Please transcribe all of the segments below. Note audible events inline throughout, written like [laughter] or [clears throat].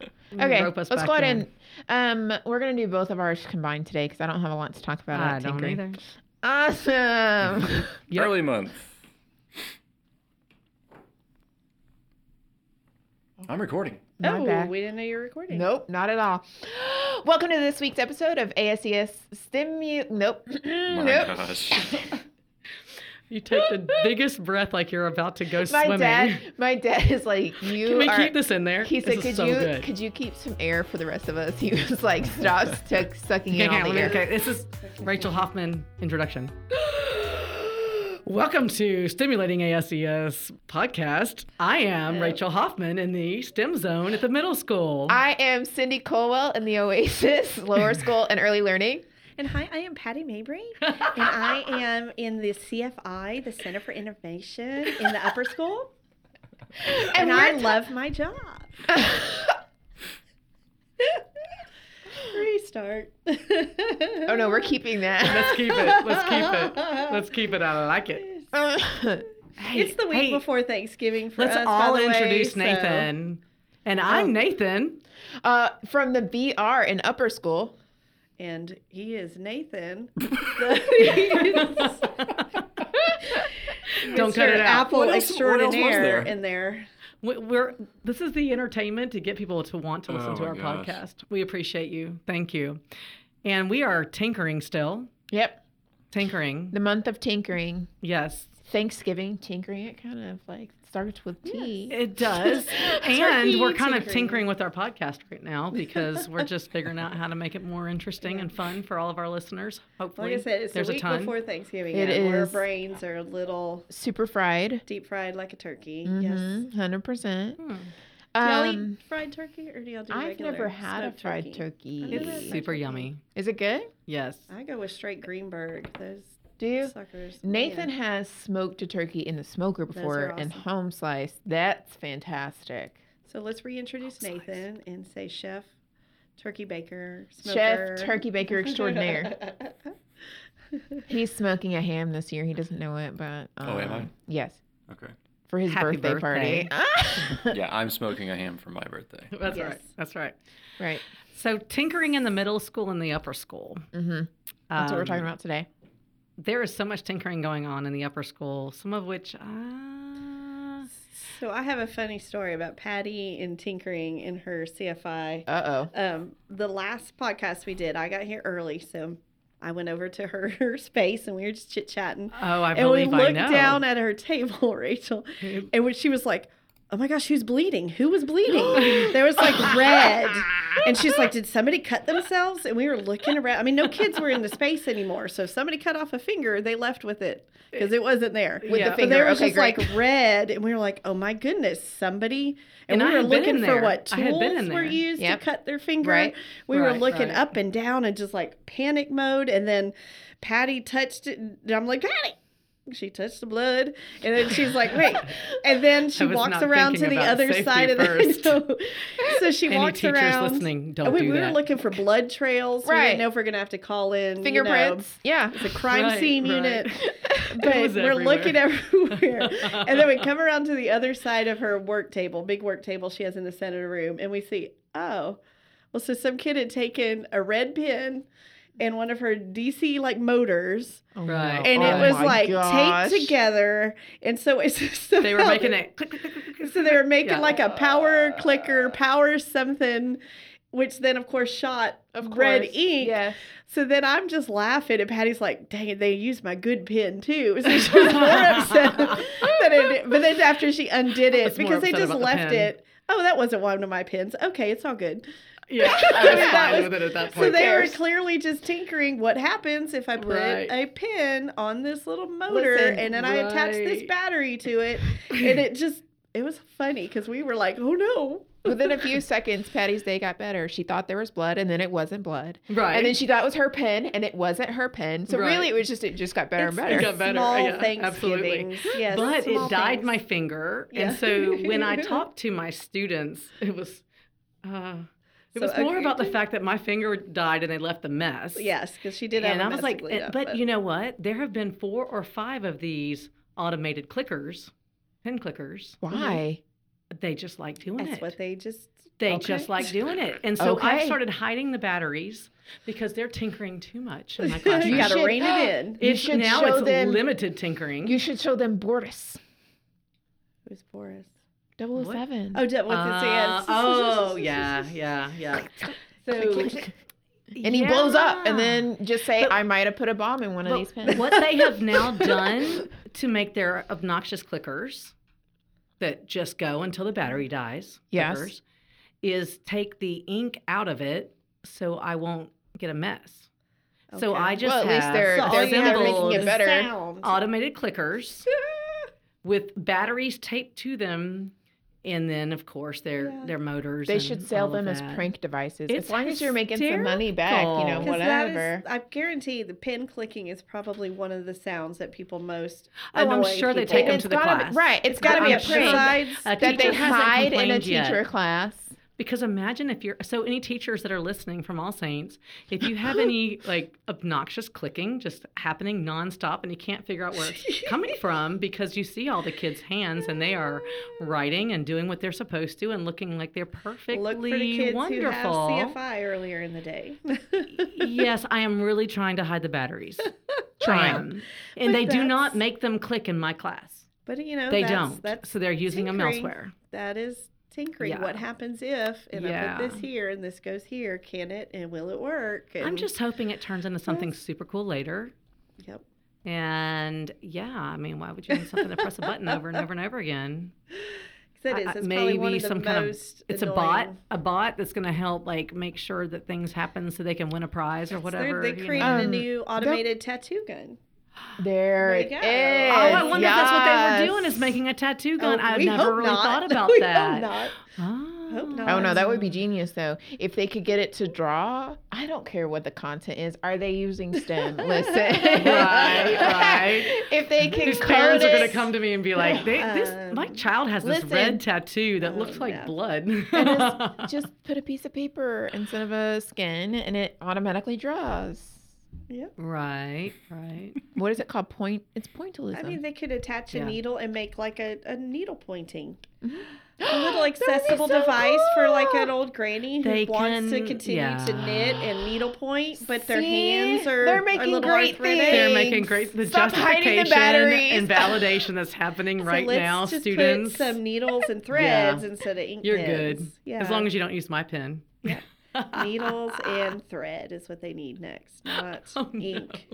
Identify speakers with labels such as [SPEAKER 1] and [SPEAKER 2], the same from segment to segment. [SPEAKER 1] Okay,
[SPEAKER 2] Mm-hmm. rope us
[SPEAKER 1] let's
[SPEAKER 2] back
[SPEAKER 1] go ahead
[SPEAKER 2] in.
[SPEAKER 1] and um, we're gonna do both of ours combined today because I don't have a lot to talk about.
[SPEAKER 2] I
[SPEAKER 1] on
[SPEAKER 2] Ah, don't
[SPEAKER 1] Tinkery.
[SPEAKER 2] either. [laughs]
[SPEAKER 1] Awesome. [laughs]
[SPEAKER 2] Yep.
[SPEAKER 3] Early month. I'm recording.
[SPEAKER 1] My
[SPEAKER 4] oh,
[SPEAKER 1] bad.
[SPEAKER 4] we didn't know you were recording.
[SPEAKER 1] nope, not at all. [gasps] Welcome to this week's episode of ASES Stimu. Nope, [clears throat]
[SPEAKER 3] My
[SPEAKER 1] nope.
[SPEAKER 3] gosh.
[SPEAKER 2] You take the biggest breath like you're about to go
[SPEAKER 1] [laughs] My
[SPEAKER 2] swimming.
[SPEAKER 1] dad, my dad is like,
[SPEAKER 2] [laughs]
[SPEAKER 1] you
[SPEAKER 2] Can we
[SPEAKER 1] are.
[SPEAKER 2] keep this in there?
[SPEAKER 1] he said,
[SPEAKER 2] this
[SPEAKER 1] "Could
[SPEAKER 2] is so
[SPEAKER 1] you
[SPEAKER 2] good.
[SPEAKER 1] could you keep some air for the rest of us?" [laughs] He was like, "Stop stuck sucking in
[SPEAKER 2] okay,
[SPEAKER 1] all the
[SPEAKER 2] okay,
[SPEAKER 1] air."
[SPEAKER 2] okay. This is Rachel Hoffman introduction. [gasps] Welcome to Stimulating ASES podcast. I am Rachel Hoffman in the STEM zone at the middle school.
[SPEAKER 1] I am Cindy Colwell in the Oasis [laughs] Lower School and Early Learning.
[SPEAKER 4] And hi, I am Patty Mabry, and I am in the CFI, the Center for Innovation, in the upper school. And,
[SPEAKER 1] we're
[SPEAKER 4] I
[SPEAKER 1] ta-
[SPEAKER 4] love my job. [laughs]
[SPEAKER 1] [laughs]
[SPEAKER 4] Restart.
[SPEAKER 1] Oh no,
[SPEAKER 4] [laughs]
[SPEAKER 1] we're keeping that.
[SPEAKER 2] Let's keep it. Let's keep it. Let's keep it. I like it.
[SPEAKER 4] It's the week
[SPEAKER 2] Hey,
[SPEAKER 4] before Thanksgiving for
[SPEAKER 2] Let's
[SPEAKER 4] us. by
[SPEAKER 2] all
[SPEAKER 4] the way,
[SPEAKER 2] introduce
[SPEAKER 4] so-
[SPEAKER 2] Nathan. And I'm Nathan.
[SPEAKER 1] [laughs] uh, from the BR in upper school.
[SPEAKER 4] And he is Nathan. [laughs] The-
[SPEAKER 2] Don't cut it out.
[SPEAKER 4] Apple
[SPEAKER 3] What else- what else was
[SPEAKER 4] extraordinaire
[SPEAKER 3] there?
[SPEAKER 4] in there.
[SPEAKER 2] We- We're this is the entertainment to get people to want to listen
[SPEAKER 3] Oh
[SPEAKER 2] to
[SPEAKER 3] my
[SPEAKER 2] our
[SPEAKER 3] gosh.
[SPEAKER 2] podcast. We appreciate you. Thank you. And we are tinkering still.
[SPEAKER 1] Yep.
[SPEAKER 2] Tinkering.
[SPEAKER 1] The month of tinkering.
[SPEAKER 2] Yes.
[SPEAKER 1] Thanksgiving tinkering. It kind of like starts with T.
[SPEAKER 2] It does.
[SPEAKER 4] Turkey
[SPEAKER 2] and we're kind of
[SPEAKER 4] tinkering.
[SPEAKER 2] tinkering with our podcast right now because we're just figuring out how to make it more interesting and fun for all of our listeners. Hopefully.
[SPEAKER 4] Like I said, it's
[SPEAKER 2] there's a
[SPEAKER 4] the week
[SPEAKER 2] ton.
[SPEAKER 4] before Thanksgiving.
[SPEAKER 1] It
[SPEAKER 4] and Our
[SPEAKER 1] is.
[SPEAKER 4] brains are a little
[SPEAKER 1] Super fried.
[SPEAKER 4] deep fried like a turkey. Yes.
[SPEAKER 1] Mhm, 100%.
[SPEAKER 2] Hmm.
[SPEAKER 4] Do y'all eat
[SPEAKER 1] Um,
[SPEAKER 4] fried turkey or do y'all do
[SPEAKER 1] I've
[SPEAKER 4] regular
[SPEAKER 1] never had a
[SPEAKER 4] smoked
[SPEAKER 1] fried
[SPEAKER 4] I know
[SPEAKER 1] turkey.
[SPEAKER 4] that's-
[SPEAKER 2] It's super yummy.
[SPEAKER 1] Is it good?
[SPEAKER 2] Yes.
[SPEAKER 4] I go with straight Greenberg. Those
[SPEAKER 1] Do you?
[SPEAKER 4] suckers.
[SPEAKER 1] Nathan
[SPEAKER 4] man.
[SPEAKER 1] has smoked a turkey in the smoker
[SPEAKER 4] are
[SPEAKER 1] before and
[SPEAKER 4] awesome.
[SPEAKER 1] home sliced. That's fantastic.
[SPEAKER 4] So let's reintroduce
[SPEAKER 2] Oh, slice.
[SPEAKER 4] Nathan and say chef, turkey baker, smoker.
[SPEAKER 1] Chef Turkey
[SPEAKER 4] [laughs]
[SPEAKER 1] Baker Extraordinaire. He's smoking a ham this year. He doesn't know it, but
[SPEAKER 3] Oh, am I?
[SPEAKER 1] um, Yes,
[SPEAKER 3] Okay.
[SPEAKER 1] for his
[SPEAKER 2] Happy
[SPEAKER 1] birthday,
[SPEAKER 2] birthday.
[SPEAKER 1] [laughs] party.
[SPEAKER 3] Yeah, I'm smoking a ham for my birthday.
[SPEAKER 2] That's
[SPEAKER 4] Yes.
[SPEAKER 2] right. That's right.
[SPEAKER 1] right.
[SPEAKER 2] So tinkering in the middle school and the upper school.
[SPEAKER 1] Mm-hmm. That's what we're
[SPEAKER 2] Um,
[SPEAKER 1] talking about today.
[SPEAKER 2] There is so much tinkering going on in the upper school, some of which uh,
[SPEAKER 4] so I have a funny story about Patty and tinkering in her CFI.
[SPEAKER 1] Uh
[SPEAKER 4] um, the last podcast we did, I got here early, so I went over to her, [laughs] her space and we were just chit chatting.
[SPEAKER 2] Oh, I
[SPEAKER 4] And we
[SPEAKER 2] believe I
[SPEAKER 4] looked
[SPEAKER 2] know.
[SPEAKER 4] down at her table, [laughs] Rachel, and when she was like, "Oh my gosh, who's bleeding? Who was bleeding?" there was like red, and she's like, "Did somebody cut themselves?" And we were looking around. I mean, no kids were in the space anymore, so if somebody cut off a finger, they left with it because it wasn't there.
[SPEAKER 1] With the
[SPEAKER 4] But
[SPEAKER 1] finger.
[SPEAKER 4] there was
[SPEAKER 1] Okay,
[SPEAKER 4] just
[SPEAKER 1] great.
[SPEAKER 4] like red, and we were like, "Oh my goodness, somebody!"
[SPEAKER 2] And
[SPEAKER 4] And,
[SPEAKER 2] I
[SPEAKER 4] we were
[SPEAKER 2] had been
[SPEAKER 4] looking
[SPEAKER 2] in
[SPEAKER 4] for
[SPEAKER 2] there.
[SPEAKER 4] what
[SPEAKER 2] I had
[SPEAKER 4] tools
[SPEAKER 2] been in
[SPEAKER 4] were
[SPEAKER 2] there.
[SPEAKER 4] used
[SPEAKER 1] Yep.
[SPEAKER 4] to cut their finger.
[SPEAKER 1] Right.
[SPEAKER 4] We were
[SPEAKER 2] Right,
[SPEAKER 4] looking
[SPEAKER 2] right.
[SPEAKER 4] up and down and just like panic mode, and then Patty touched it. And I'm like, Patty she touched the blood and then she's
[SPEAKER 2] [laughs]
[SPEAKER 4] like wait and then she
[SPEAKER 2] I was
[SPEAKER 4] walks
[SPEAKER 2] not
[SPEAKER 4] around to
[SPEAKER 2] thinking
[SPEAKER 4] the
[SPEAKER 2] about
[SPEAKER 4] other
[SPEAKER 2] safety
[SPEAKER 4] side of [laughs]
[SPEAKER 2] first.
[SPEAKER 4] the so she
[SPEAKER 2] Any
[SPEAKER 4] walks
[SPEAKER 2] teachers
[SPEAKER 4] around
[SPEAKER 2] listening, don't
[SPEAKER 4] and we,
[SPEAKER 2] do
[SPEAKER 4] we were
[SPEAKER 2] that.
[SPEAKER 4] looking for blood trails we
[SPEAKER 1] Right.
[SPEAKER 4] didn't know if we're gonna have to call in
[SPEAKER 1] oh.
[SPEAKER 4] you
[SPEAKER 1] Fingerprints. yeah.
[SPEAKER 4] know, it's a crime
[SPEAKER 2] Right,
[SPEAKER 4] scene
[SPEAKER 2] right.
[SPEAKER 4] unit
[SPEAKER 2] [laughs] It
[SPEAKER 4] but
[SPEAKER 2] was
[SPEAKER 4] we're
[SPEAKER 2] everywhere.
[SPEAKER 4] looking
[SPEAKER 2] [laughs]
[SPEAKER 4] everywhere and then we come around to the other side of her work table big work table she has in the center of the room and we see oh well so some kid had taken a red pen and one of her DC like motors,
[SPEAKER 1] Oh,
[SPEAKER 2] Right.
[SPEAKER 1] no.
[SPEAKER 4] and
[SPEAKER 1] Oh,
[SPEAKER 4] it was
[SPEAKER 1] my
[SPEAKER 4] like
[SPEAKER 1] gosh.
[SPEAKER 4] taped together. And so it's [laughs] so
[SPEAKER 2] They were making it.
[SPEAKER 4] [laughs]
[SPEAKER 2] [laughs]
[SPEAKER 4] So they were making
[SPEAKER 2] Yeah.
[SPEAKER 4] like a power clicker, power something, which then of course shot
[SPEAKER 1] Of
[SPEAKER 4] red
[SPEAKER 1] course.
[SPEAKER 4] ink.
[SPEAKER 1] Yes.
[SPEAKER 4] So then I'm just laughing, and Patty's like, "Dang it, they used my good pen too." [laughs] So she was more upset [laughs] than it. But then after she undid
[SPEAKER 2] I
[SPEAKER 4] it,
[SPEAKER 2] was more
[SPEAKER 4] because they
[SPEAKER 2] upset
[SPEAKER 4] just
[SPEAKER 2] about the
[SPEAKER 4] left
[SPEAKER 2] pen.
[SPEAKER 4] it. Oh, that wasn't one of my pens. Okay, it's all good.
[SPEAKER 2] [laughs] Yeah,
[SPEAKER 4] I was fine
[SPEAKER 2] with it at that
[SPEAKER 4] So they were
[SPEAKER 1] cares?
[SPEAKER 4] clearly just tinkering. What happens if I put
[SPEAKER 2] Right.
[SPEAKER 4] a pin on this little motor
[SPEAKER 1] Listen,
[SPEAKER 4] and then I attach this
[SPEAKER 2] right.
[SPEAKER 4] battery
[SPEAKER 2] [laughs]
[SPEAKER 4] to it? And it just, it was funny because we were like, oh no.
[SPEAKER 1] Within a few seconds, Patty's day got better. She thought there was blood, and then it wasn't blood.
[SPEAKER 2] Right.
[SPEAKER 1] And then she thought it was her pen, and it wasn't her pen. So
[SPEAKER 2] Right.
[SPEAKER 1] really, it was just it just got better and
[SPEAKER 4] It's
[SPEAKER 1] better.
[SPEAKER 2] It got better.
[SPEAKER 4] Small
[SPEAKER 2] Yeah, absolutely.
[SPEAKER 4] Thanksgivings. Yes,
[SPEAKER 2] but
[SPEAKER 4] small
[SPEAKER 2] it dyed
[SPEAKER 4] things.
[SPEAKER 2] my finger,
[SPEAKER 4] Yeah.
[SPEAKER 2] and so when
[SPEAKER 4] [laughs]
[SPEAKER 2] I talked to my students, it was. Uh, it
[SPEAKER 4] So
[SPEAKER 2] was more about the
[SPEAKER 4] aggravating.
[SPEAKER 2] fact that my finger died and they left the mess.
[SPEAKER 4] [laughs] Yes, because she did have
[SPEAKER 2] And
[SPEAKER 4] a
[SPEAKER 2] I was
[SPEAKER 4] mess
[SPEAKER 2] like,
[SPEAKER 4] to clean
[SPEAKER 2] "Eh,
[SPEAKER 4] up,
[SPEAKER 2] but you know what? There have been four or five of these automated clickers, pen clickers.
[SPEAKER 1] Why?
[SPEAKER 2] They just like doing
[SPEAKER 4] that's
[SPEAKER 2] it.
[SPEAKER 4] what they just
[SPEAKER 2] They
[SPEAKER 1] Okay.
[SPEAKER 2] just like doing it. And so I've
[SPEAKER 1] Okay.
[SPEAKER 2] started hiding the batteries because they're tinkering too much [laughs]
[SPEAKER 1] [laughs]
[SPEAKER 2] in my classroom.
[SPEAKER 4] [laughs] you got to
[SPEAKER 1] should-
[SPEAKER 4] rein it in.
[SPEAKER 1] You
[SPEAKER 2] it's
[SPEAKER 1] should
[SPEAKER 2] now
[SPEAKER 1] show
[SPEAKER 2] it's
[SPEAKER 1] them-
[SPEAKER 2] limited tinkering.
[SPEAKER 1] You should show them Boris.
[SPEAKER 4] Who's Boris?
[SPEAKER 1] 007.
[SPEAKER 4] Oh, d- what's his
[SPEAKER 2] Uh,
[SPEAKER 4] hands? [laughs]
[SPEAKER 1] [laughs]
[SPEAKER 2] oh yeah, yeah, yeah. So
[SPEAKER 1] and he blows up, and then just say, I might have put a bomb in one of these pens.
[SPEAKER 2] what they have now done to make their obnoxious clickers that just go until the battery dies,
[SPEAKER 1] Yes.
[SPEAKER 2] clickers, is take the ink out of it so I won't get a mess. So
[SPEAKER 4] Okay.
[SPEAKER 2] I just
[SPEAKER 1] Well, at least
[SPEAKER 2] have
[SPEAKER 1] they're-
[SPEAKER 4] So
[SPEAKER 1] they're
[SPEAKER 4] all you have is
[SPEAKER 2] symbols,
[SPEAKER 1] making it
[SPEAKER 4] the
[SPEAKER 1] better.
[SPEAKER 4] sound.
[SPEAKER 2] automated clickers
[SPEAKER 1] [laughs]
[SPEAKER 2] with batteries taped to them, and then of course their
[SPEAKER 4] Yeah.
[SPEAKER 2] their motors.
[SPEAKER 1] [laughs] they
[SPEAKER 2] and
[SPEAKER 1] should
[SPEAKER 2] all
[SPEAKER 1] sell
[SPEAKER 2] of
[SPEAKER 1] them as
[SPEAKER 2] that.
[SPEAKER 1] prank devices.
[SPEAKER 2] It's
[SPEAKER 1] as long as you're making some money back, you know,
[SPEAKER 2] hysterical.
[SPEAKER 4] Because that is-
[SPEAKER 1] whatever.
[SPEAKER 4] I guarantee the pen clicking is probably one of the sounds that people most.
[SPEAKER 2] Oh, I'm
[SPEAKER 4] annoy
[SPEAKER 2] sure they
[SPEAKER 4] people.
[SPEAKER 2] take
[SPEAKER 1] And
[SPEAKER 2] them
[SPEAKER 1] it's
[SPEAKER 2] to the
[SPEAKER 1] gotta be-
[SPEAKER 2] class.
[SPEAKER 1] right, it's gotta
[SPEAKER 2] I'm
[SPEAKER 1] be a
[SPEAKER 2] sure
[SPEAKER 1] prank.
[SPEAKER 4] Besides
[SPEAKER 2] a
[SPEAKER 1] that they
[SPEAKER 2] teacher hasn't
[SPEAKER 1] hide in a
[SPEAKER 2] complained yet.
[SPEAKER 1] teacher class.
[SPEAKER 2] Because imagine if you're so any teachers that are listening from All Saints, if you have
[SPEAKER 4] [laughs]
[SPEAKER 2] any like obnoxious clicking just happening nonstop and you can't figure out where it's
[SPEAKER 4] [laughs]
[SPEAKER 2] coming from because you see all the kids' hands and they are writing and doing what they're supposed to and looking like they're perfectly
[SPEAKER 4] Look for the kids
[SPEAKER 2] wonderful.
[SPEAKER 4] who have [laughs] CFI earlier in the day. [laughs]
[SPEAKER 2] yes, I am really trying to hide the batteries. I
[SPEAKER 1] Try 'em.
[SPEAKER 2] am. And
[SPEAKER 4] But
[SPEAKER 2] they do
[SPEAKER 4] that's-
[SPEAKER 2] not make them click in my class.
[SPEAKER 4] but you know
[SPEAKER 2] They
[SPEAKER 4] that's,
[SPEAKER 2] don't.
[SPEAKER 4] That's
[SPEAKER 2] so they're using them
[SPEAKER 4] tinkering.
[SPEAKER 2] elsewhere.
[SPEAKER 4] that is tinkering.
[SPEAKER 2] Yeah.
[SPEAKER 4] What happens if? And I
[SPEAKER 2] Yeah.
[SPEAKER 4] put this here, and this goes here. Can it? And will it work? And,
[SPEAKER 2] I'm just hoping it turns into something super cool later.
[SPEAKER 4] Yep.
[SPEAKER 2] And yeah, I mean, why would you need something to press a button over and over and over again?
[SPEAKER 4] 'Cause That
[SPEAKER 2] I-
[SPEAKER 4] is.
[SPEAKER 2] I-
[SPEAKER 4] That's probably one of the most
[SPEAKER 2] it's a bot, a bot that's going to help like make sure that things happen so they can win a prize or
[SPEAKER 4] They're-
[SPEAKER 2] whatever.
[SPEAKER 4] They
[SPEAKER 2] you know.
[SPEAKER 4] created a
[SPEAKER 1] Um,
[SPEAKER 4] new automated tattoo gun.
[SPEAKER 1] There
[SPEAKER 4] There you
[SPEAKER 1] it
[SPEAKER 4] go.
[SPEAKER 1] is.
[SPEAKER 2] Oh, I wonder if that's what they were
[SPEAKER 1] Yes.
[SPEAKER 2] doing is making a tattoo gun.
[SPEAKER 4] Oh,
[SPEAKER 2] I've
[SPEAKER 4] we
[SPEAKER 2] never
[SPEAKER 4] hope
[SPEAKER 2] really
[SPEAKER 4] not. [laughs]
[SPEAKER 2] thought about
[SPEAKER 4] we Hope
[SPEAKER 2] that.
[SPEAKER 4] not.
[SPEAKER 2] Oh.
[SPEAKER 4] Hope not.
[SPEAKER 1] Oh no, that would be genius though. If they could get it to draw, I don't care what the content is. Are they using
[SPEAKER 2] [laughs]
[SPEAKER 1] STEM? Listen,
[SPEAKER 2] Right, right.
[SPEAKER 1] [laughs] if they can,
[SPEAKER 2] These
[SPEAKER 1] code
[SPEAKER 2] parents are going
[SPEAKER 1] it-
[SPEAKER 2] to come to me and be like, they, this, my
[SPEAKER 4] Um,
[SPEAKER 2] child has this
[SPEAKER 1] listen.
[SPEAKER 2] red tattoo that looks
[SPEAKER 4] Oh,
[SPEAKER 2] like
[SPEAKER 4] no.
[SPEAKER 2] blood.
[SPEAKER 1] And
[SPEAKER 2] [laughs]
[SPEAKER 1] it's- just put a piece of paper instead of a skin, and it automatically draws.
[SPEAKER 4] Yep.
[SPEAKER 2] right, right.
[SPEAKER 1] What is it called? Point. It's pointillism.
[SPEAKER 4] I
[SPEAKER 1] [gasps]
[SPEAKER 4] mean, [gasps] they could attach a
[SPEAKER 2] Yeah.
[SPEAKER 4] needle and make like a, a
[SPEAKER 2] [gasps]
[SPEAKER 4] needle pointing,
[SPEAKER 1] a
[SPEAKER 4] a little accessible device for like an old granny who
[SPEAKER 2] They
[SPEAKER 4] wants to
[SPEAKER 2] can-
[SPEAKER 4] continue to
[SPEAKER 2] yeah.
[SPEAKER 4] knit and needle point, but their
[SPEAKER 1] See?
[SPEAKER 4] hands are
[SPEAKER 1] They're
[SPEAKER 4] are
[SPEAKER 1] making
[SPEAKER 4] little
[SPEAKER 1] great
[SPEAKER 4] arthritic.
[SPEAKER 1] things.
[SPEAKER 2] They're making
[SPEAKER 1] Thanks.
[SPEAKER 2] great the
[SPEAKER 1] Stop hiding the
[SPEAKER 2] justification
[SPEAKER 1] batteries.
[SPEAKER 2] and validation that's happening
[SPEAKER 4] [laughs] So
[SPEAKER 2] right
[SPEAKER 4] let's
[SPEAKER 2] now,
[SPEAKER 4] just
[SPEAKER 2] students.
[SPEAKER 4] Put some needles
[SPEAKER 2] [laughs]
[SPEAKER 4] and threads instead of ink
[SPEAKER 2] You're
[SPEAKER 4] pens.
[SPEAKER 2] good.
[SPEAKER 4] Yeah.
[SPEAKER 2] As long as you don't use my pen.
[SPEAKER 4] Yeah. [laughs] needles and thread is what they need next, not
[SPEAKER 2] [laughs] Oh, no.
[SPEAKER 4] ink.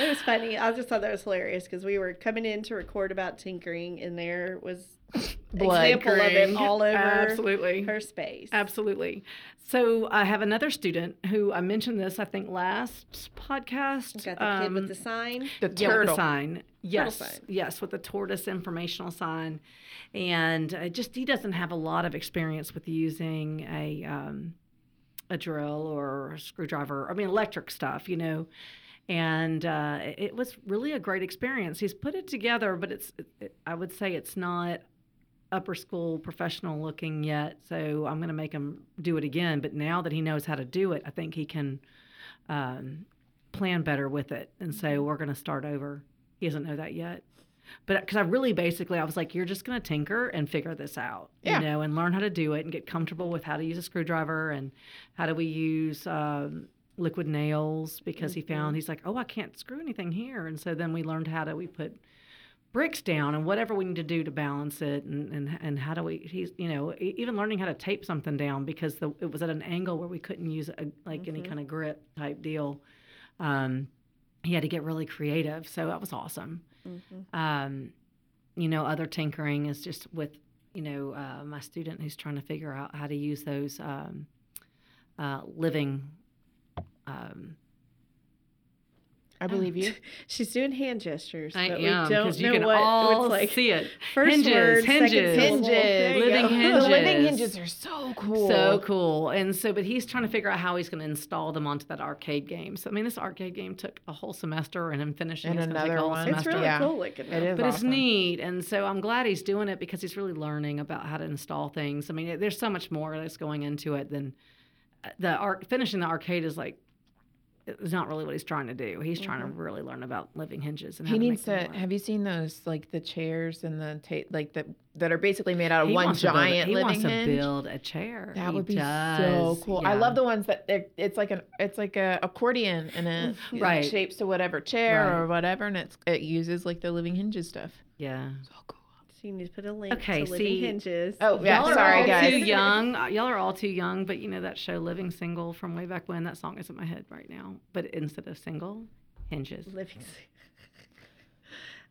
[SPEAKER 4] It was funny. I just thought that was hilarious because we were coming in to record about tinkering, and there was
[SPEAKER 2] [laughs]
[SPEAKER 1] Blood
[SPEAKER 4] example of it
[SPEAKER 2] Tinkering.
[SPEAKER 4] all over
[SPEAKER 2] Absolutely.
[SPEAKER 4] her space.
[SPEAKER 2] Absolutely. So I have another student who I mentioned this I think last podcast.
[SPEAKER 4] Got the kid
[SPEAKER 2] um,
[SPEAKER 4] with the sign.
[SPEAKER 1] the
[SPEAKER 2] Yeah, with the
[SPEAKER 1] turtle.
[SPEAKER 2] sign. Yes,
[SPEAKER 4] sign.
[SPEAKER 2] yes, with the tortoise informational sign, and uh, just he doesn't have a lot of experience with using a um, a drill or a screwdriver. I mean, electric stuff, you know. And uh, it- it was really a great experience. He's put it together, but it's it, I would say it's not upper school professional looking yet. So I'm going to make him do it again. But now that he knows how to do it, I think he can. Um, plan better with it. And so we're going to start over. He doesn't know that yet. But because I really basically, I was like, you're just going to tinker and figure this out,
[SPEAKER 1] Yeah.
[SPEAKER 2] you know, and learn how to do it and get comfortable with how to use a screwdriver and how do we use um, liquid nails because he found, he's like, oh, I can't screw anything here. And so then we learned how do we put bricks down and whatever we need to do to balance it and, and, and how do we he's you know e- even learning how to tape something down because the, it was at an angle where we couldn't use a, like any kind of grip type deal um, he had to get really creative so that was awesome
[SPEAKER 4] Mm-hmm.
[SPEAKER 2] um, you know other tinkering is just with you know uh, my student who's trying to figure out how to use those um, uh, living um,
[SPEAKER 1] I believe [laughs] you.
[SPEAKER 4] She's doing hand gestures,
[SPEAKER 2] I
[SPEAKER 4] but
[SPEAKER 2] am
[SPEAKER 4] we don't
[SPEAKER 2] because you
[SPEAKER 4] know
[SPEAKER 2] can
[SPEAKER 4] what
[SPEAKER 2] all
[SPEAKER 4] it's like.
[SPEAKER 2] see
[SPEAKER 4] [laughs]
[SPEAKER 2] it.
[SPEAKER 4] First
[SPEAKER 2] hinges,
[SPEAKER 4] word, second
[SPEAKER 2] hinges,
[SPEAKER 4] syllable. There you
[SPEAKER 2] Living
[SPEAKER 4] go.
[SPEAKER 2] hinges.
[SPEAKER 1] The living hinges are so cool.
[SPEAKER 2] So cool. And so, but he's trying to figure out how he's going to install them onto that arcade game. So, I mean, this arcade game took a whole semester, and him finishing
[SPEAKER 1] And
[SPEAKER 2] it's gonna take
[SPEAKER 1] another
[SPEAKER 2] a whole
[SPEAKER 1] one.
[SPEAKER 4] [laughs] It's
[SPEAKER 2] semester.
[SPEAKER 4] really
[SPEAKER 1] Yeah.
[SPEAKER 4] cool looking.
[SPEAKER 1] It is.
[SPEAKER 2] But it's
[SPEAKER 1] awesome.
[SPEAKER 2] neat, and so I'm glad he's doing it because he's really learning about how to install things. I mean, it- uh, there's so much more that's going into it than the arc. Finishing the arcade is like is not really what he's trying to do. He's trying to really learn about living hinges and how
[SPEAKER 1] Mm-hmm. He
[SPEAKER 2] to make
[SPEAKER 1] needs
[SPEAKER 2] them
[SPEAKER 1] to.
[SPEAKER 2] work.
[SPEAKER 1] Have you seen those like the chairs and the ta- like that that are basically made out of
[SPEAKER 2] He
[SPEAKER 1] one
[SPEAKER 2] wants to build a-
[SPEAKER 1] giant
[SPEAKER 2] he
[SPEAKER 1] living
[SPEAKER 2] wants
[SPEAKER 1] hinge?
[SPEAKER 2] to build a chair.
[SPEAKER 1] That
[SPEAKER 2] He
[SPEAKER 1] would be
[SPEAKER 2] does.
[SPEAKER 1] so cool. I
[SPEAKER 2] Yeah.
[SPEAKER 1] love the ones that they're, it's like an it's like a accordion
[SPEAKER 2] [laughs]
[SPEAKER 1] and it it
[SPEAKER 2] Right.
[SPEAKER 1] shapes to whatever chair or whatever, and it's it uses like the living hinges stuff.
[SPEAKER 2] Yeah.
[SPEAKER 1] So cool.
[SPEAKER 4] So you need to put a link
[SPEAKER 2] Okay,
[SPEAKER 4] to Living
[SPEAKER 2] see-
[SPEAKER 4] Hinges.
[SPEAKER 1] Oh yeah,
[SPEAKER 2] y'all are
[SPEAKER 1] sorry
[SPEAKER 2] all too [laughs]
[SPEAKER 1] guys.
[SPEAKER 2] young. Uh, Y'all are all too young. But you know that show Living Single from way back when. That song is in my head right now. But instead of single, hinges.
[SPEAKER 4] Living.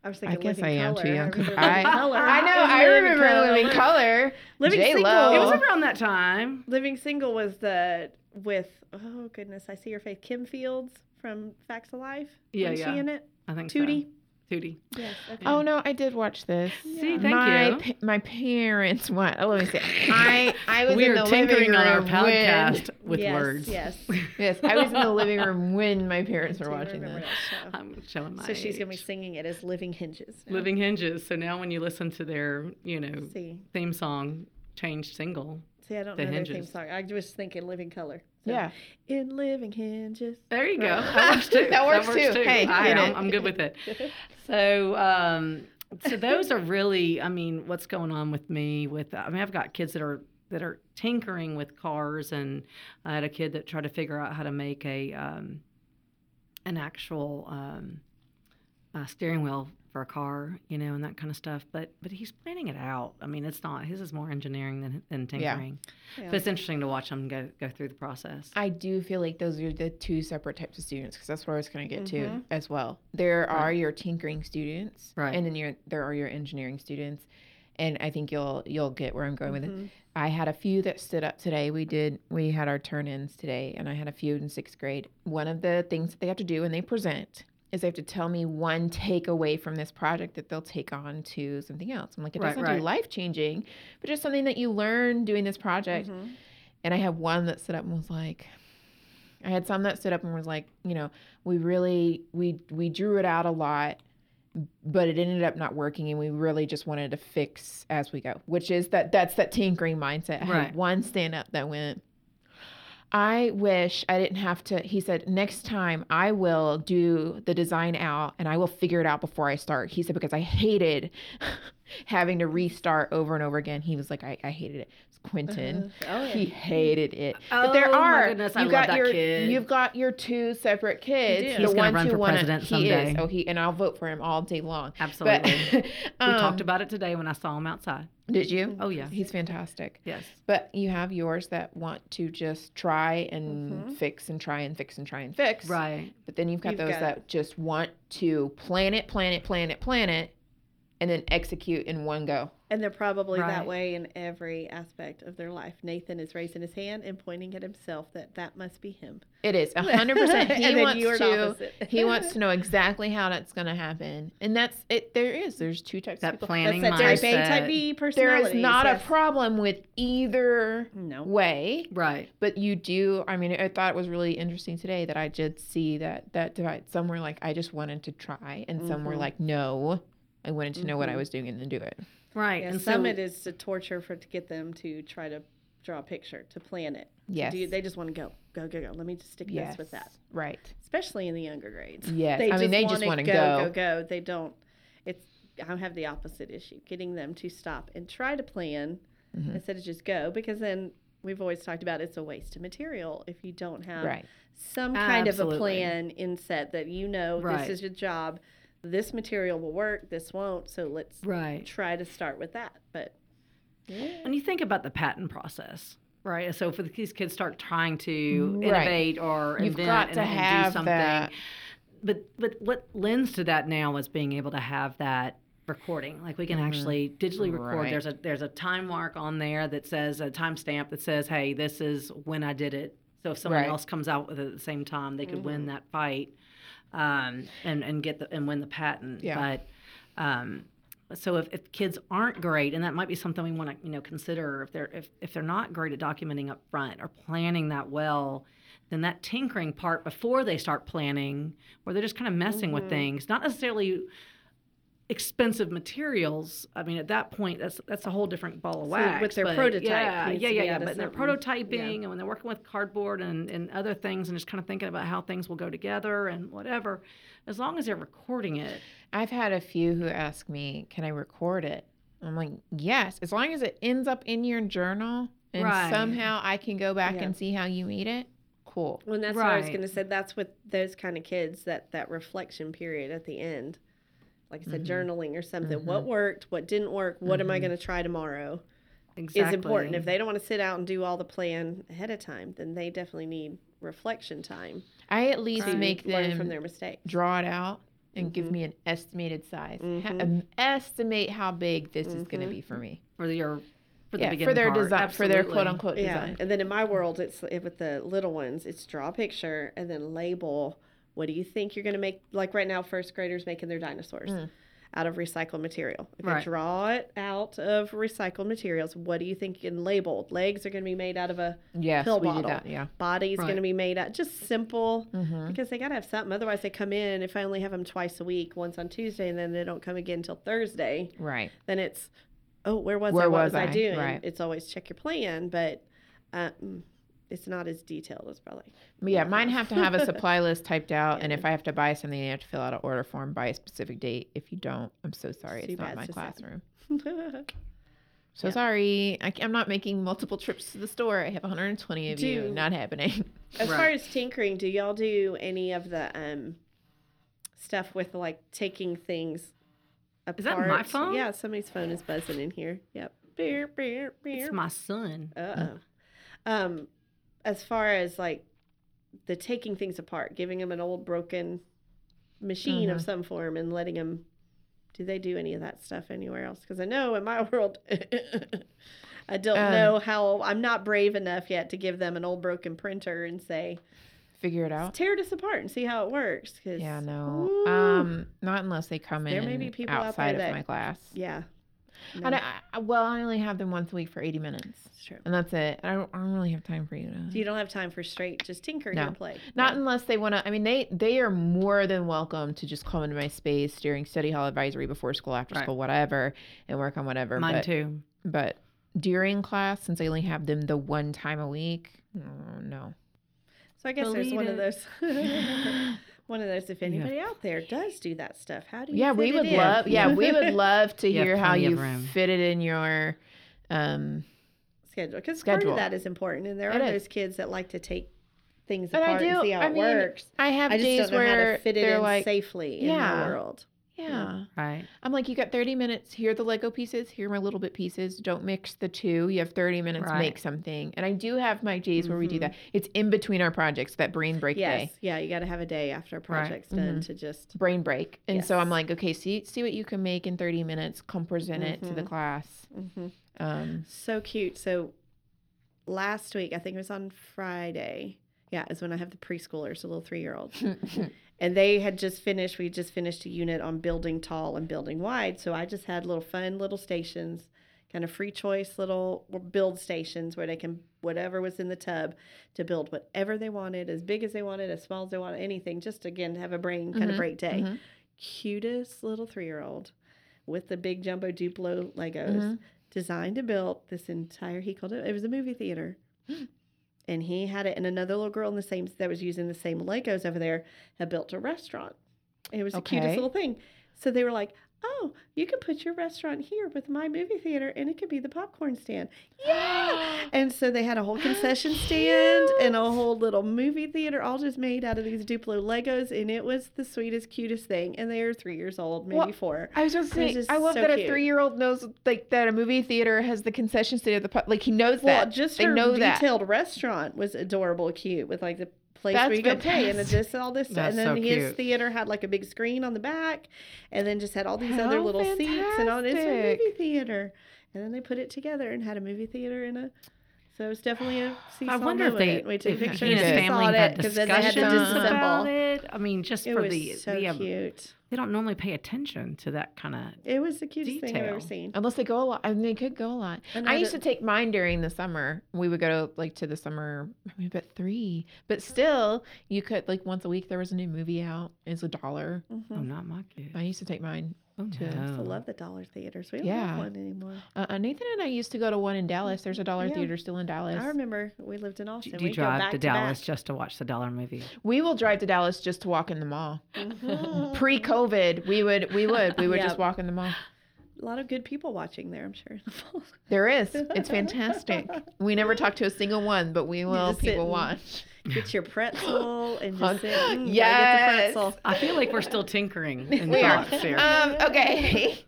[SPEAKER 4] I was
[SPEAKER 1] I
[SPEAKER 4] thinking
[SPEAKER 1] guess I
[SPEAKER 4] Living
[SPEAKER 1] am
[SPEAKER 4] Color.
[SPEAKER 1] too young.
[SPEAKER 4] remember Living
[SPEAKER 1] I,
[SPEAKER 4] Color.
[SPEAKER 1] I know.
[SPEAKER 4] And
[SPEAKER 1] I remember living color.
[SPEAKER 4] Living
[SPEAKER 1] J-Lo.
[SPEAKER 4] Single.
[SPEAKER 2] It was around that time.
[SPEAKER 4] Living Single was the with oh goodness, I see your face, Kim Fields from Facts of Life.
[SPEAKER 2] Yeah,
[SPEAKER 4] was
[SPEAKER 2] yeah. Uh,
[SPEAKER 4] she in it?
[SPEAKER 2] I think
[SPEAKER 4] Tootie.
[SPEAKER 2] so. Tootie.
[SPEAKER 4] Yes. Okay.
[SPEAKER 1] Oh no, I did watch this.
[SPEAKER 2] See, thank
[SPEAKER 1] my
[SPEAKER 2] you.
[SPEAKER 1] pa- my parents went. Oh, let me see.
[SPEAKER 2] [laughs]
[SPEAKER 1] I I was
[SPEAKER 2] we
[SPEAKER 1] in
[SPEAKER 2] are
[SPEAKER 1] the
[SPEAKER 2] tinkering
[SPEAKER 1] living
[SPEAKER 2] on our
[SPEAKER 1] room when-
[SPEAKER 2] podcast with
[SPEAKER 4] yes,
[SPEAKER 2] words.
[SPEAKER 4] Yes.
[SPEAKER 1] [laughs]
[SPEAKER 2] [laughs]
[SPEAKER 1] Yes, I was in the living room when my parents
[SPEAKER 4] I
[SPEAKER 1] were
[SPEAKER 4] do
[SPEAKER 1] watching
[SPEAKER 4] remember
[SPEAKER 1] this.
[SPEAKER 4] that show.
[SPEAKER 2] I'm showing Oh, my
[SPEAKER 4] So she's gonna be
[SPEAKER 2] age.
[SPEAKER 4] singing it as Living Hinges. Oh, now.
[SPEAKER 2] Living Hinges. So now when you listen to their, you know,
[SPEAKER 4] See,
[SPEAKER 2] theme song changed single.
[SPEAKER 4] see, I don't
[SPEAKER 2] The
[SPEAKER 4] know their theme
[SPEAKER 2] Hinges.
[SPEAKER 4] song. I was thinking Living Color. So,
[SPEAKER 1] Yeah.
[SPEAKER 4] In Living Hinges.
[SPEAKER 2] There you go. [laughs] That works too.
[SPEAKER 1] That works too. Hey,
[SPEAKER 2] All right,
[SPEAKER 1] get
[SPEAKER 2] I'm,
[SPEAKER 1] it.
[SPEAKER 2] I'm good with it. So, um, so those are really, I mean, what's going on with me? With I mean, I've got kids that are that are tinkering with cars, and I had a kid that tried to figure out how to make a um, an actual um, uh, steering wheel for a car, you know, and that kind of stuff. But but he's planning it out. I mean, it's not his is more engineering than than tinkering.
[SPEAKER 4] Yeah.
[SPEAKER 2] But it's interesting to watch him go go through the process.
[SPEAKER 1] I do feel like those are the two separate types of students because that's where I was going to get to as well. There are your tinkering students,
[SPEAKER 2] Mm-hmm. Right.
[SPEAKER 1] And then your there are your engineering students, and I think you'll you'll get where I'm going
[SPEAKER 2] Mm-hmm.
[SPEAKER 1] with
[SPEAKER 4] Mm-hmm.
[SPEAKER 1] it. I had a few that stood up today. We did we had our turn ins today, and I had a few in sixth grade. One of the things that they have to do when they present is they have to tell me one takeaway from this project that they'll take on to something else. I'm like, it
[SPEAKER 2] Right,
[SPEAKER 1] doesn't
[SPEAKER 2] right.
[SPEAKER 1] do life changing, but just something that you learn doing this project.
[SPEAKER 4] Mm-hmm.
[SPEAKER 1] And I had one that stood up and was like, I had some that stood up and was like, you know, we really we we drew it out a lot, but it ended up not working, and we really just wanted to fix as we go, which is that that's that tinkering mindset. I had
[SPEAKER 2] Right.
[SPEAKER 1] one stand up that went. I wish I didn't have to. He said, next time I will do the design out and I will figure it out before I start. He said, because I hated [laughs] having to restart over and over again. He was like, I, I hated it. It's Quentin.
[SPEAKER 4] Oh, yeah.
[SPEAKER 1] He hated it.
[SPEAKER 2] Oh, my goodness, I love that
[SPEAKER 1] your,
[SPEAKER 2] kid.
[SPEAKER 1] You've got your two separate kids.
[SPEAKER 4] do.
[SPEAKER 1] The
[SPEAKER 4] He's
[SPEAKER 2] gonna
[SPEAKER 1] ones
[SPEAKER 2] run
[SPEAKER 1] who
[SPEAKER 2] for
[SPEAKER 1] wanna-
[SPEAKER 2] president
[SPEAKER 1] he
[SPEAKER 2] someday.
[SPEAKER 1] Is. Oh, he and I'll vote for him all day long.
[SPEAKER 2] Absolutely.
[SPEAKER 1] But, [laughs]
[SPEAKER 2] we talked
[SPEAKER 1] um,
[SPEAKER 2] about it today when I saw him outside.
[SPEAKER 1] Did you?
[SPEAKER 2] Oh, yeah.
[SPEAKER 1] He's fantastic.
[SPEAKER 2] Yes.
[SPEAKER 1] But you have yours that want to just try and fix and try and fix and try and fix.
[SPEAKER 2] Right.
[SPEAKER 1] But then you've got
[SPEAKER 4] You've
[SPEAKER 1] those
[SPEAKER 4] got-
[SPEAKER 1] that just want to plan it, plan it, plan it, plan it, and then execute in one go.
[SPEAKER 4] And they're probably that
[SPEAKER 2] Right.
[SPEAKER 4] way in every aspect of their life. Nathan is raising his hand and pointing at himself that that must be him.
[SPEAKER 1] It is a hundred
[SPEAKER 4] [laughs]
[SPEAKER 1] percent.
[SPEAKER 4] And
[SPEAKER 1] He
[SPEAKER 4] then
[SPEAKER 1] wants
[SPEAKER 4] you are the
[SPEAKER 1] to.
[SPEAKER 4] opposite.
[SPEAKER 1] he
[SPEAKER 4] [laughs]
[SPEAKER 1] wants to know exactly how that's going to happen, and that's it. There is. There's two types
[SPEAKER 2] That
[SPEAKER 1] of people.
[SPEAKER 2] planning
[SPEAKER 4] That's that Dairy Bay
[SPEAKER 2] mindset.
[SPEAKER 4] type B
[SPEAKER 1] There
[SPEAKER 4] personality.
[SPEAKER 1] is not a problem with either
[SPEAKER 4] No.
[SPEAKER 1] way.
[SPEAKER 2] Right.
[SPEAKER 1] but you do i mean i thought it was really interesting today that i did see that that divide some were like i just wanted to try and some
[SPEAKER 4] Mm-hmm.
[SPEAKER 1] were like no i wanted to know what i was doing and then do it
[SPEAKER 2] Right.
[SPEAKER 4] Yeah,
[SPEAKER 2] and
[SPEAKER 4] some
[SPEAKER 2] so
[SPEAKER 4] it is a torture for to get them to try to draw a picture to plan it. To
[SPEAKER 1] Yes.
[SPEAKER 4] do- they just want to go, go, go, go. Let me just stick
[SPEAKER 1] yes
[SPEAKER 4] this with that,
[SPEAKER 1] right
[SPEAKER 4] especially in the younger grades. [laughs]
[SPEAKER 1] Yes, I mean, they just
[SPEAKER 4] wanna
[SPEAKER 1] wanna
[SPEAKER 4] go,
[SPEAKER 1] go.
[SPEAKER 4] go, go. They don't. It's I have the opposite issue. Getting them to stop and try to plan
[SPEAKER 1] Mm-hmm.
[SPEAKER 4] instead of just go, because then we've always talked about it's a waste of material if you don't have
[SPEAKER 1] right
[SPEAKER 4] some kind of a
[SPEAKER 2] Absolutely.
[SPEAKER 4] plan in set that you know
[SPEAKER 2] Right.
[SPEAKER 4] this is your job. This material will work. This won't. So let's
[SPEAKER 2] right.
[SPEAKER 4] try to start with that. But
[SPEAKER 2] When you think about the patent process, right? So for these kids start trying to
[SPEAKER 1] Right.
[SPEAKER 2] innovate or
[SPEAKER 1] You've
[SPEAKER 2] invent
[SPEAKER 1] got
[SPEAKER 2] and,
[SPEAKER 1] to
[SPEAKER 2] and do
[SPEAKER 1] have
[SPEAKER 2] something.
[SPEAKER 1] that.
[SPEAKER 2] But but what lends to that now is being able to have that recording. Like we can actually digitally record.
[SPEAKER 1] Mm-hmm. Right.
[SPEAKER 2] There's a there's a time mark on there that says a timestamp that says, "Hey, this is when I did it." So if someone
[SPEAKER 1] Right. Mm-hmm.
[SPEAKER 2] else comes out with it at the same time, they could win that fight. um, and and get the and win the patent.
[SPEAKER 1] Yeah.
[SPEAKER 2] But um, so if, if kids aren't great, and that might be something we want to you know consider if they're if, if they're not great at documenting up front or planning that well, then that tinkering
[SPEAKER 4] Mm-hmm.
[SPEAKER 2] part before they start planning, where they're just kind of messing with things, not necessarily expensive materials. I mean, at that point, that's that's a whole different ball of
[SPEAKER 4] with
[SPEAKER 2] wax.
[SPEAKER 4] their
[SPEAKER 2] but
[SPEAKER 4] prototype
[SPEAKER 2] yeah,
[SPEAKER 4] needs
[SPEAKER 2] yeah,
[SPEAKER 4] to
[SPEAKER 2] yeah,
[SPEAKER 4] be
[SPEAKER 2] yeah.
[SPEAKER 4] out of
[SPEAKER 2] But they're
[SPEAKER 4] something.
[SPEAKER 2] prototyping
[SPEAKER 4] Yeah.
[SPEAKER 2] and when they're working with cardboard and and other things, and just kind of thinking about how things will go together and whatever. As long as they're recording it,
[SPEAKER 1] I've had a few who ask me, "Can I record it?" I'm like, "Yes, as long as it ends up in your journal and
[SPEAKER 2] Right.
[SPEAKER 1] somehow I can go back
[SPEAKER 4] Yeah.
[SPEAKER 1] and see how you eat it." Cool.
[SPEAKER 4] Well, and that's what I was
[SPEAKER 2] Right.
[SPEAKER 4] going to say. That's with those kind of kids that that reflection period at the end. Like I said,
[SPEAKER 1] Mhm.
[SPEAKER 4] journaling or something. What worked? What didn't work? What am I
[SPEAKER 1] Mhm.
[SPEAKER 4] going to try tomorrow?
[SPEAKER 2] exactly
[SPEAKER 4] Is important. If they don't want to sit out and do all the plan ahead of time, then they definitely need reflection time
[SPEAKER 1] I at least
[SPEAKER 4] to
[SPEAKER 1] make
[SPEAKER 4] learn from
[SPEAKER 1] them
[SPEAKER 4] their mistakes.
[SPEAKER 1] draw it out and give
[SPEAKER 4] Mhm.
[SPEAKER 1] me an estimated size. Ha-
[SPEAKER 4] Mhm.
[SPEAKER 1] um, estimate how big this is going to
[SPEAKER 4] Mhm.
[SPEAKER 1] be for me.
[SPEAKER 2] for your for the
[SPEAKER 1] yeah,
[SPEAKER 2] beginning
[SPEAKER 1] for their
[SPEAKER 2] part,
[SPEAKER 1] design, for their quote
[SPEAKER 2] absolutely.
[SPEAKER 1] unquote
[SPEAKER 4] Yeah,
[SPEAKER 1] design.
[SPEAKER 4] and then in my world, it's it- with the little ones. It's draw a picture and then label. What do you think you're going to make? Like right now, first graders making their dinosaurs
[SPEAKER 1] Mm.
[SPEAKER 4] out of recycled material. Okay,
[SPEAKER 2] Right.
[SPEAKER 4] draw it out of recycled materials. What do you think you can label? Legs are going to be made out of a
[SPEAKER 1] Yes,
[SPEAKER 4] Pill
[SPEAKER 1] we
[SPEAKER 4] bottle.
[SPEAKER 1] did that. Yeah.
[SPEAKER 4] body's going to
[SPEAKER 2] Right.
[SPEAKER 4] be made out. Just simple.
[SPEAKER 1] Mm-hmm.
[SPEAKER 4] Because they got to have something. Otherwise, they come in. If I only have them twice a week, once on Tuesday, and then they don't come again until Thursday,
[SPEAKER 1] Right.
[SPEAKER 4] then it's, oh, where was I?
[SPEAKER 1] Where
[SPEAKER 4] What
[SPEAKER 1] was
[SPEAKER 4] was,
[SPEAKER 1] I?
[SPEAKER 4] I doing?
[SPEAKER 1] Right.
[SPEAKER 4] It's always check your plan, but uh, mm, it's not as detailed as probably. [laughs]
[SPEAKER 1] But yeah,
[SPEAKER 4] Yeah.
[SPEAKER 1] mine have to have
[SPEAKER 4] [laughs]
[SPEAKER 1] a supply list typed out, and if I have to buy something, they have to fill out an order form by a specific date. If you don't, I'm so sorry,
[SPEAKER 4] Too
[SPEAKER 1] it's not
[SPEAKER 4] bad,
[SPEAKER 1] my
[SPEAKER 4] so sad.
[SPEAKER 1] classroom.
[SPEAKER 4] Do
[SPEAKER 1] So
[SPEAKER 4] Yeah.
[SPEAKER 1] sorry, I, am not making multiple trips to the store. I have 120 of you.
[SPEAKER 4] Do-
[SPEAKER 1] Not happening. [laughs]
[SPEAKER 4] as
[SPEAKER 2] Right.
[SPEAKER 4] far as tinkering, do y'all do any of the um, stuff with like taking things? Apart?
[SPEAKER 2] Is that my phone?
[SPEAKER 4] Yeah, somebody's phone is buzzing in here. Yep. Beer, beer, beer.
[SPEAKER 2] It's my son.
[SPEAKER 4] Uh oh. Um, as far as like the taking things apart, giving them an old broken machine
[SPEAKER 1] Uh-huh.
[SPEAKER 4] of some form and letting them, do they do any of that stuff anywhere else? Because I know in my [laughs] world, I don't
[SPEAKER 1] Um,
[SPEAKER 4] know how I'm not brave enough yet to give them an old broken printer and say,
[SPEAKER 1] Figure it out.
[SPEAKER 4] tear this apart and see how it works. Cause,
[SPEAKER 1] Yeah, no.
[SPEAKER 4] Ooh.
[SPEAKER 1] Um, not unless they come
[SPEAKER 4] There
[SPEAKER 1] in
[SPEAKER 4] may be people out there
[SPEAKER 1] outside
[SPEAKER 4] that-
[SPEAKER 1] of my class.
[SPEAKER 4] yeah. No,
[SPEAKER 1] And I, I, well, I only have them once a week for 80 minutes,
[SPEAKER 4] it's true.
[SPEAKER 1] and that's it. I don't, I don't really have time for you to.
[SPEAKER 4] So you don't have time for straight, just tinker
[SPEAKER 1] No.
[SPEAKER 4] and play.
[SPEAKER 1] Not unless they want to. I mean, they they are more than welcome to just come into my space during study hall advisory, before school, after
[SPEAKER 2] Right.
[SPEAKER 1] school, whatever, and work on whatever.
[SPEAKER 2] Mine
[SPEAKER 1] but,
[SPEAKER 2] too.
[SPEAKER 1] But during class, since I only have them the one time a week, oh, no.
[SPEAKER 4] So I guess there's
[SPEAKER 2] Delete
[SPEAKER 4] one of
[SPEAKER 2] it.
[SPEAKER 1] [laughs]
[SPEAKER 4] those. [laughs] one of those. If anybody out there does do that stuff, how do you?
[SPEAKER 1] Yeah,
[SPEAKER 4] fit
[SPEAKER 1] we
[SPEAKER 4] it
[SPEAKER 1] would
[SPEAKER 4] in?
[SPEAKER 1] love. [laughs] Yeah, we would love to
[SPEAKER 2] You have
[SPEAKER 1] hear how
[SPEAKER 2] plenty of
[SPEAKER 1] you
[SPEAKER 2] room.
[SPEAKER 1] fit it in your. Um,
[SPEAKER 4] [laughs] schedule because part of
[SPEAKER 1] Schedule.
[SPEAKER 4] that is important, and there
[SPEAKER 1] It
[SPEAKER 4] are
[SPEAKER 1] is.
[SPEAKER 4] those kids that like to take things
[SPEAKER 1] And I
[SPEAKER 4] apart and
[SPEAKER 1] do-
[SPEAKER 4] see how
[SPEAKER 1] I
[SPEAKER 4] it
[SPEAKER 1] mean,
[SPEAKER 4] works.
[SPEAKER 1] I have
[SPEAKER 4] I
[SPEAKER 1] days
[SPEAKER 4] just don't know
[SPEAKER 1] where
[SPEAKER 4] how to fit it
[SPEAKER 1] they're
[SPEAKER 4] in
[SPEAKER 1] like,
[SPEAKER 4] safely in
[SPEAKER 1] yeah.
[SPEAKER 4] my world.
[SPEAKER 1] yeah.
[SPEAKER 2] Right.
[SPEAKER 1] I'm like, you got 30 minutes. Here are the Lego pieces. Here are my little bit pieces. Don't mix the two. You have 30 minutes to
[SPEAKER 2] Right. Mm-hmm.
[SPEAKER 1] make something. And I do have my days where we do
[SPEAKER 4] Mhm.
[SPEAKER 1] that. It's in between our projects, that brain break
[SPEAKER 4] Yes,
[SPEAKER 1] day. Mm-hmm.
[SPEAKER 4] yeah, you got to have a day after a project's done to just.
[SPEAKER 1] Brain break. And so I'm
[SPEAKER 4] Yes.
[SPEAKER 1] like, okay, see see what you can make in 30 minutes. Come present it to the
[SPEAKER 4] Mhm.
[SPEAKER 1] class.
[SPEAKER 4] Mhm.
[SPEAKER 1] Um,
[SPEAKER 4] So cute. So last week, I think it was on Friday. Yeah, is when I have the preschoolers, the little three year olds. and they had just finished, we just finished a unit on building tall and building wide. So I just had little fun little stations, kind of free choice little build stations where they can, whatever was in the tub, to build whatever they wanted, as big as they wanted, as small as they wanted, anything, just again, to have a brain kind
[SPEAKER 1] Mhm,
[SPEAKER 4] of break day.
[SPEAKER 1] [gasps] mhm.
[SPEAKER 4] Cutest little three year old with the big jumbo Duplo Legos
[SPEAKER 1] Mhm.
[SPEAKER 4] designed and built this entire he called it it was a movie theater and he had it and another little girl in the same that was using the same legos over there had built a restaurant it was the
[SPEAKER 1] Okay.
[SPEAKER 4] cutest little thing so they were like oh you can put your restaurant here with my movie theater and it could be the popcorn stand yeah [gasps] and so they had a whole concession stand and a whole little movie theater all just made out of these duplo legos and it was the sweetest cutest thing and they are three years old maybe
[SPEAKER 1] Well,
[SPEAKER 4] four
[SPEAKER 1] I was just
[SPEAKER 4] It was
[SPEAKER 1] saying,
[SPEAKER 4] just
[SPEAKER 1] I love
[SPEAKER 4] so
[SPEAKER 1] that a
[SPEAKER 4] cute.
[SPEAKER 1] three year old knows like that a movie theater has the concession stand at the pu- like he knows
[SPEAKER 4] Well,
[SPEAKER 1] that.
[SPEAKER 4] just
[SPEAKER 1] they
[SPEAKER 4] her
[SPEAKER 1] know that.
[SPEAKER 4] detailed restaurant was adorable, cute with like the place
[SPEAKER 1] That's
[SPEAKER 4] where you could pay and
[SPEAKER 1] fantastic.
[SPEAKER 4] just all this stuff.
[SPEAKER 2] That's
[SPEAKER 4] And then
[SPEAKER 2] so
[SPEAKER 4] his
[SPEAKER 2] cute.
[SPEAKER 4] theater had like a big screen on the back, and then just had all these other
[SPEAKER 1] How
[SPEAKER 4] little seats and on it's a
[SPEAKER 1] fantastic.
[SPEAKER 4] movie theater. And then they put it together and had a movie theater in a. So it was
[SPEAKER 2] [sighs]
[SPEAKER 4] definitely a. Seesaw
[SPEAKER 2] wonder if
[SPEAKER 4] moment.
[SPEAKER 2] they-
[SPEAKER 4] we took
[SPEAKER 2] if he
[SPEAKER 4] pictures
[SPEAKER 1] and his
[SPEAKER 4] and
[SPEAKER 2] family
[SPEAKER 4] saw
[SPEAKER 2] had
[SPEAKER 4] it because then they had to
[SPEAKER 1] discussions
[SPEAKER 2] about
[SPEAKER 4] disassemble.
[SPEAKER 2] it. I mean, just
[SPEAKER 4] It
[SPEAKER 2] for
[SPEAKER 4] was
[SPEAKER 2] the,
[SPEAKER 4] so
[SPEAKER 2] the um,
[SPEAKER 4] cute.
[SPEAKER 2] they don't normally pay attention to that kind of.
[SPEAKER 4] It was the cutest thing I've ever
[SPEAKER 2] Detail.
[SPEAKER 4] seen.
[SPEAKER 1] Unless they go a lot. I mean, they could go a lot.
[SPEAKER 4] And
[SPEAKER 1] I
[SPEAKER 4] I
[SPEAKER 1] used to
[SPEAKER 4] don't-
[SPEAKER 1] take mine during the summer. We would go to like to the summer, maybe at three. But still, you could like once a week there was a new movie out. It's a dollar.
[SPEAKER 4] Mhm.
[SPEAKER 2] Oh, not my kid.
[SPEAKER 1] I used to take mine
[SPEAKER 2] Oh,
[SPEAKER 1] to-
[SPEAKER 4] I
[SPEAKER 2] no.
[SPEAKER 4] used to love the dollar theaters. We don't
[SPEAKER 1] Yeah.
[SPEAKER 4] have one anymore.
[SPEAKER 1] Uh, uh, Nathan and I used to go to one in Dallas. There's a dollar
[SPEAKER 4] Yeah.
[SPEAKER 1] theater still in Dallas.
[SPEAKER 4] I remember we lived in Austin.
[SPEAKER 2] Do you
[SPEAKER 4] We'd go
[SPEAKER 2] drive
[SPEAKER 4] back
[SPEAKER 2] to Dallas
[SPEAKER 4] back.
[SPEAKER 2] just to watch the dollar movie?
[SPEAKER 1] we will drive to Dallas just to walk in the mall. Oh,
[SPEAKER 4] Mhm.
[SPEAKER 1] Pre-COVID, we would, we would, we would [laughs]
[SPEAKER 4] Yeah.
[SPEAKER 1] just walk in the mall.
[SPEAKER 4] [laughs] A lot of good people watching there, I'm sure.
[SPEAKER 1] [laughs] There is. It's fantastic. we never talk to a single one, but we will.
[SPEAKER 4] just sit
[SPEAKER 1] People
[SPEAKER 4] and-
[SPEAKER 1] watch.
[SPEAKER 4] Get your pretzel and
[SPEAKER 1] Hon-
[SPEAKER 4] just sit. Mm, gotta get the
[SPEAKER 1] Yes.
[SPEAKER 4] pretzel.
[SPEAKER 2] I feel like we're still
[SPEAKER 4] [laughs]
[SPEAKER 2] tinkering in
[SPEAKER 1] We are.
[SPEAKER 2] thoughts here.
[SPEAKER 1] Um, okay.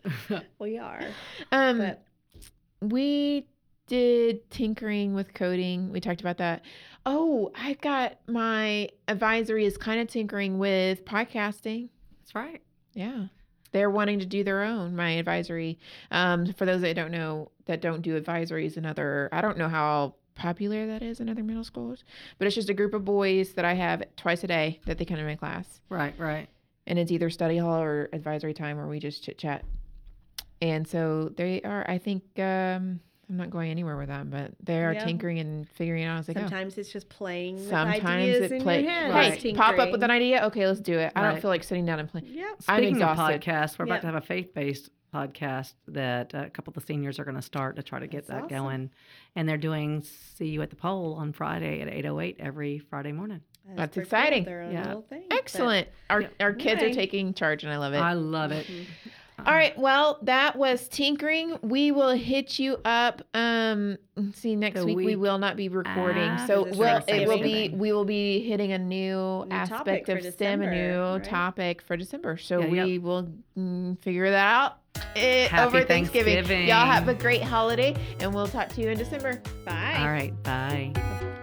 [SPEAKER 4] We are.
[SPEAKER 1] Um,
[SPEAKER 4] But
[SPEAKER 1] we did tinkering with coding. We talked about that. Oh, I got my advisory is kind of tinkering with podcasting.
[SPEAKER 2] That's right.
[SPEAKER 1] Yeah. They're wanting to do their own, my advisory. Um, for those that don't know, that don't do advisories in other, I don't know how popular that is in other middle schools, but it's just a group of boys that I have twice a day that they come to my class.
[SPEAKER 2] Right, right.
[SPEAKER 1] And it's either study hall or advisory time where we just chit chat. And so they are, I think, um, I'm not going anywhere with them, but they are
[SPEAKER 4] Yeah.
[SPEAKER 1] tinkering and figuring it out as they go.
[SPEAKER 4] sometimes it's just playing with
[SPEAKER 1] oh. Sometimes
[SPEAKER 4] ideas
[SPEAKER 1] it
[SPEAKER 4] in
[SPEAKER 1] play.
[SPEAKER 4] your head.
[SPEAKER 1] Hey,
[SPEAKER 4] It's
[SPEAKER 1] pop up with an
[SPEAKER 4] tinkering.
[SPEAKER 1] idea. Okay, let's do it. I don't
[SPEAKER 2] Right.
[SPEAKER 1] feel like sitting down and playing.
[SPEAKER 4] Yep.
[SPEAKER 1] I'm
[SPEAKER 2] Speaking of
[SPEAKER 1] exhausted.
[SPEAKER 2] podcasts, we're
[SPEAKER 4] Yeah.
[SPEAKER 2] about to have a faith-based podcast that uh, a couple of the seniors are going to start to try to get
[SPEAKER 4] That's
[SPEAKER 2] that
[SPEAKER 4] awesome.
[SPEAKER 2] going, and they're doing "See You at the Pole" on Friday at 8:08 every Friday morning.
[SPEAKER 1] That's
[SPEAKER 4] pretty
[SPEAKER 1] exciting.
[SPEAKER 4] Their own
[SPEAKER 2] Yeah.
[SPEAKER 4] little thing, but-
[SPEAKER 1] Excellent. Our, our kids are
[SPEAKER 4] Okay.
[SPEAKER 1] taking charge and I love it.
[SPEAKER 2] I love it.
[SPEAKER 4] Mhm.
[SPEAKER 1] All right. Well, that was tinkering. We will hit you up. Um, see, next
[SPEAKER 2] The
[SPEAKER 1] week, we
[SPEAKER 2] week
[SPEAKER 1] will not be recording, so
[SPEAKER 4] after
[SPEAKER 1] we'll, it will be
[SPEAKER 2] Thanksgiving.
[SPEAKER 1] we will be hitting a new,
[SPEAKER 4] New topic
[SPEAKER 1] aspect
[SPEAKER 4] for
[SPEAKER 1] of STEM, a new
[SPEAKER 4] December, right?
[SPEAKER 1] topic for December. So
[SPEAKER 2] Yeah,
[SPEAKER 1] we
[SPEAKER 2] yep.
[SPEAKER 1] will mm, figure that out eh,
[SPEAKER 2] Happy
[SPEAKER 1] over Thanksgiving.
[SPEAKER 2] Thanksgiving.
[SPEAKER 1] Y'all have a great holiday, and we'll talk to you in December.
[SPEAKER 4] Bye.
[SPEAKER 2] All right, bye.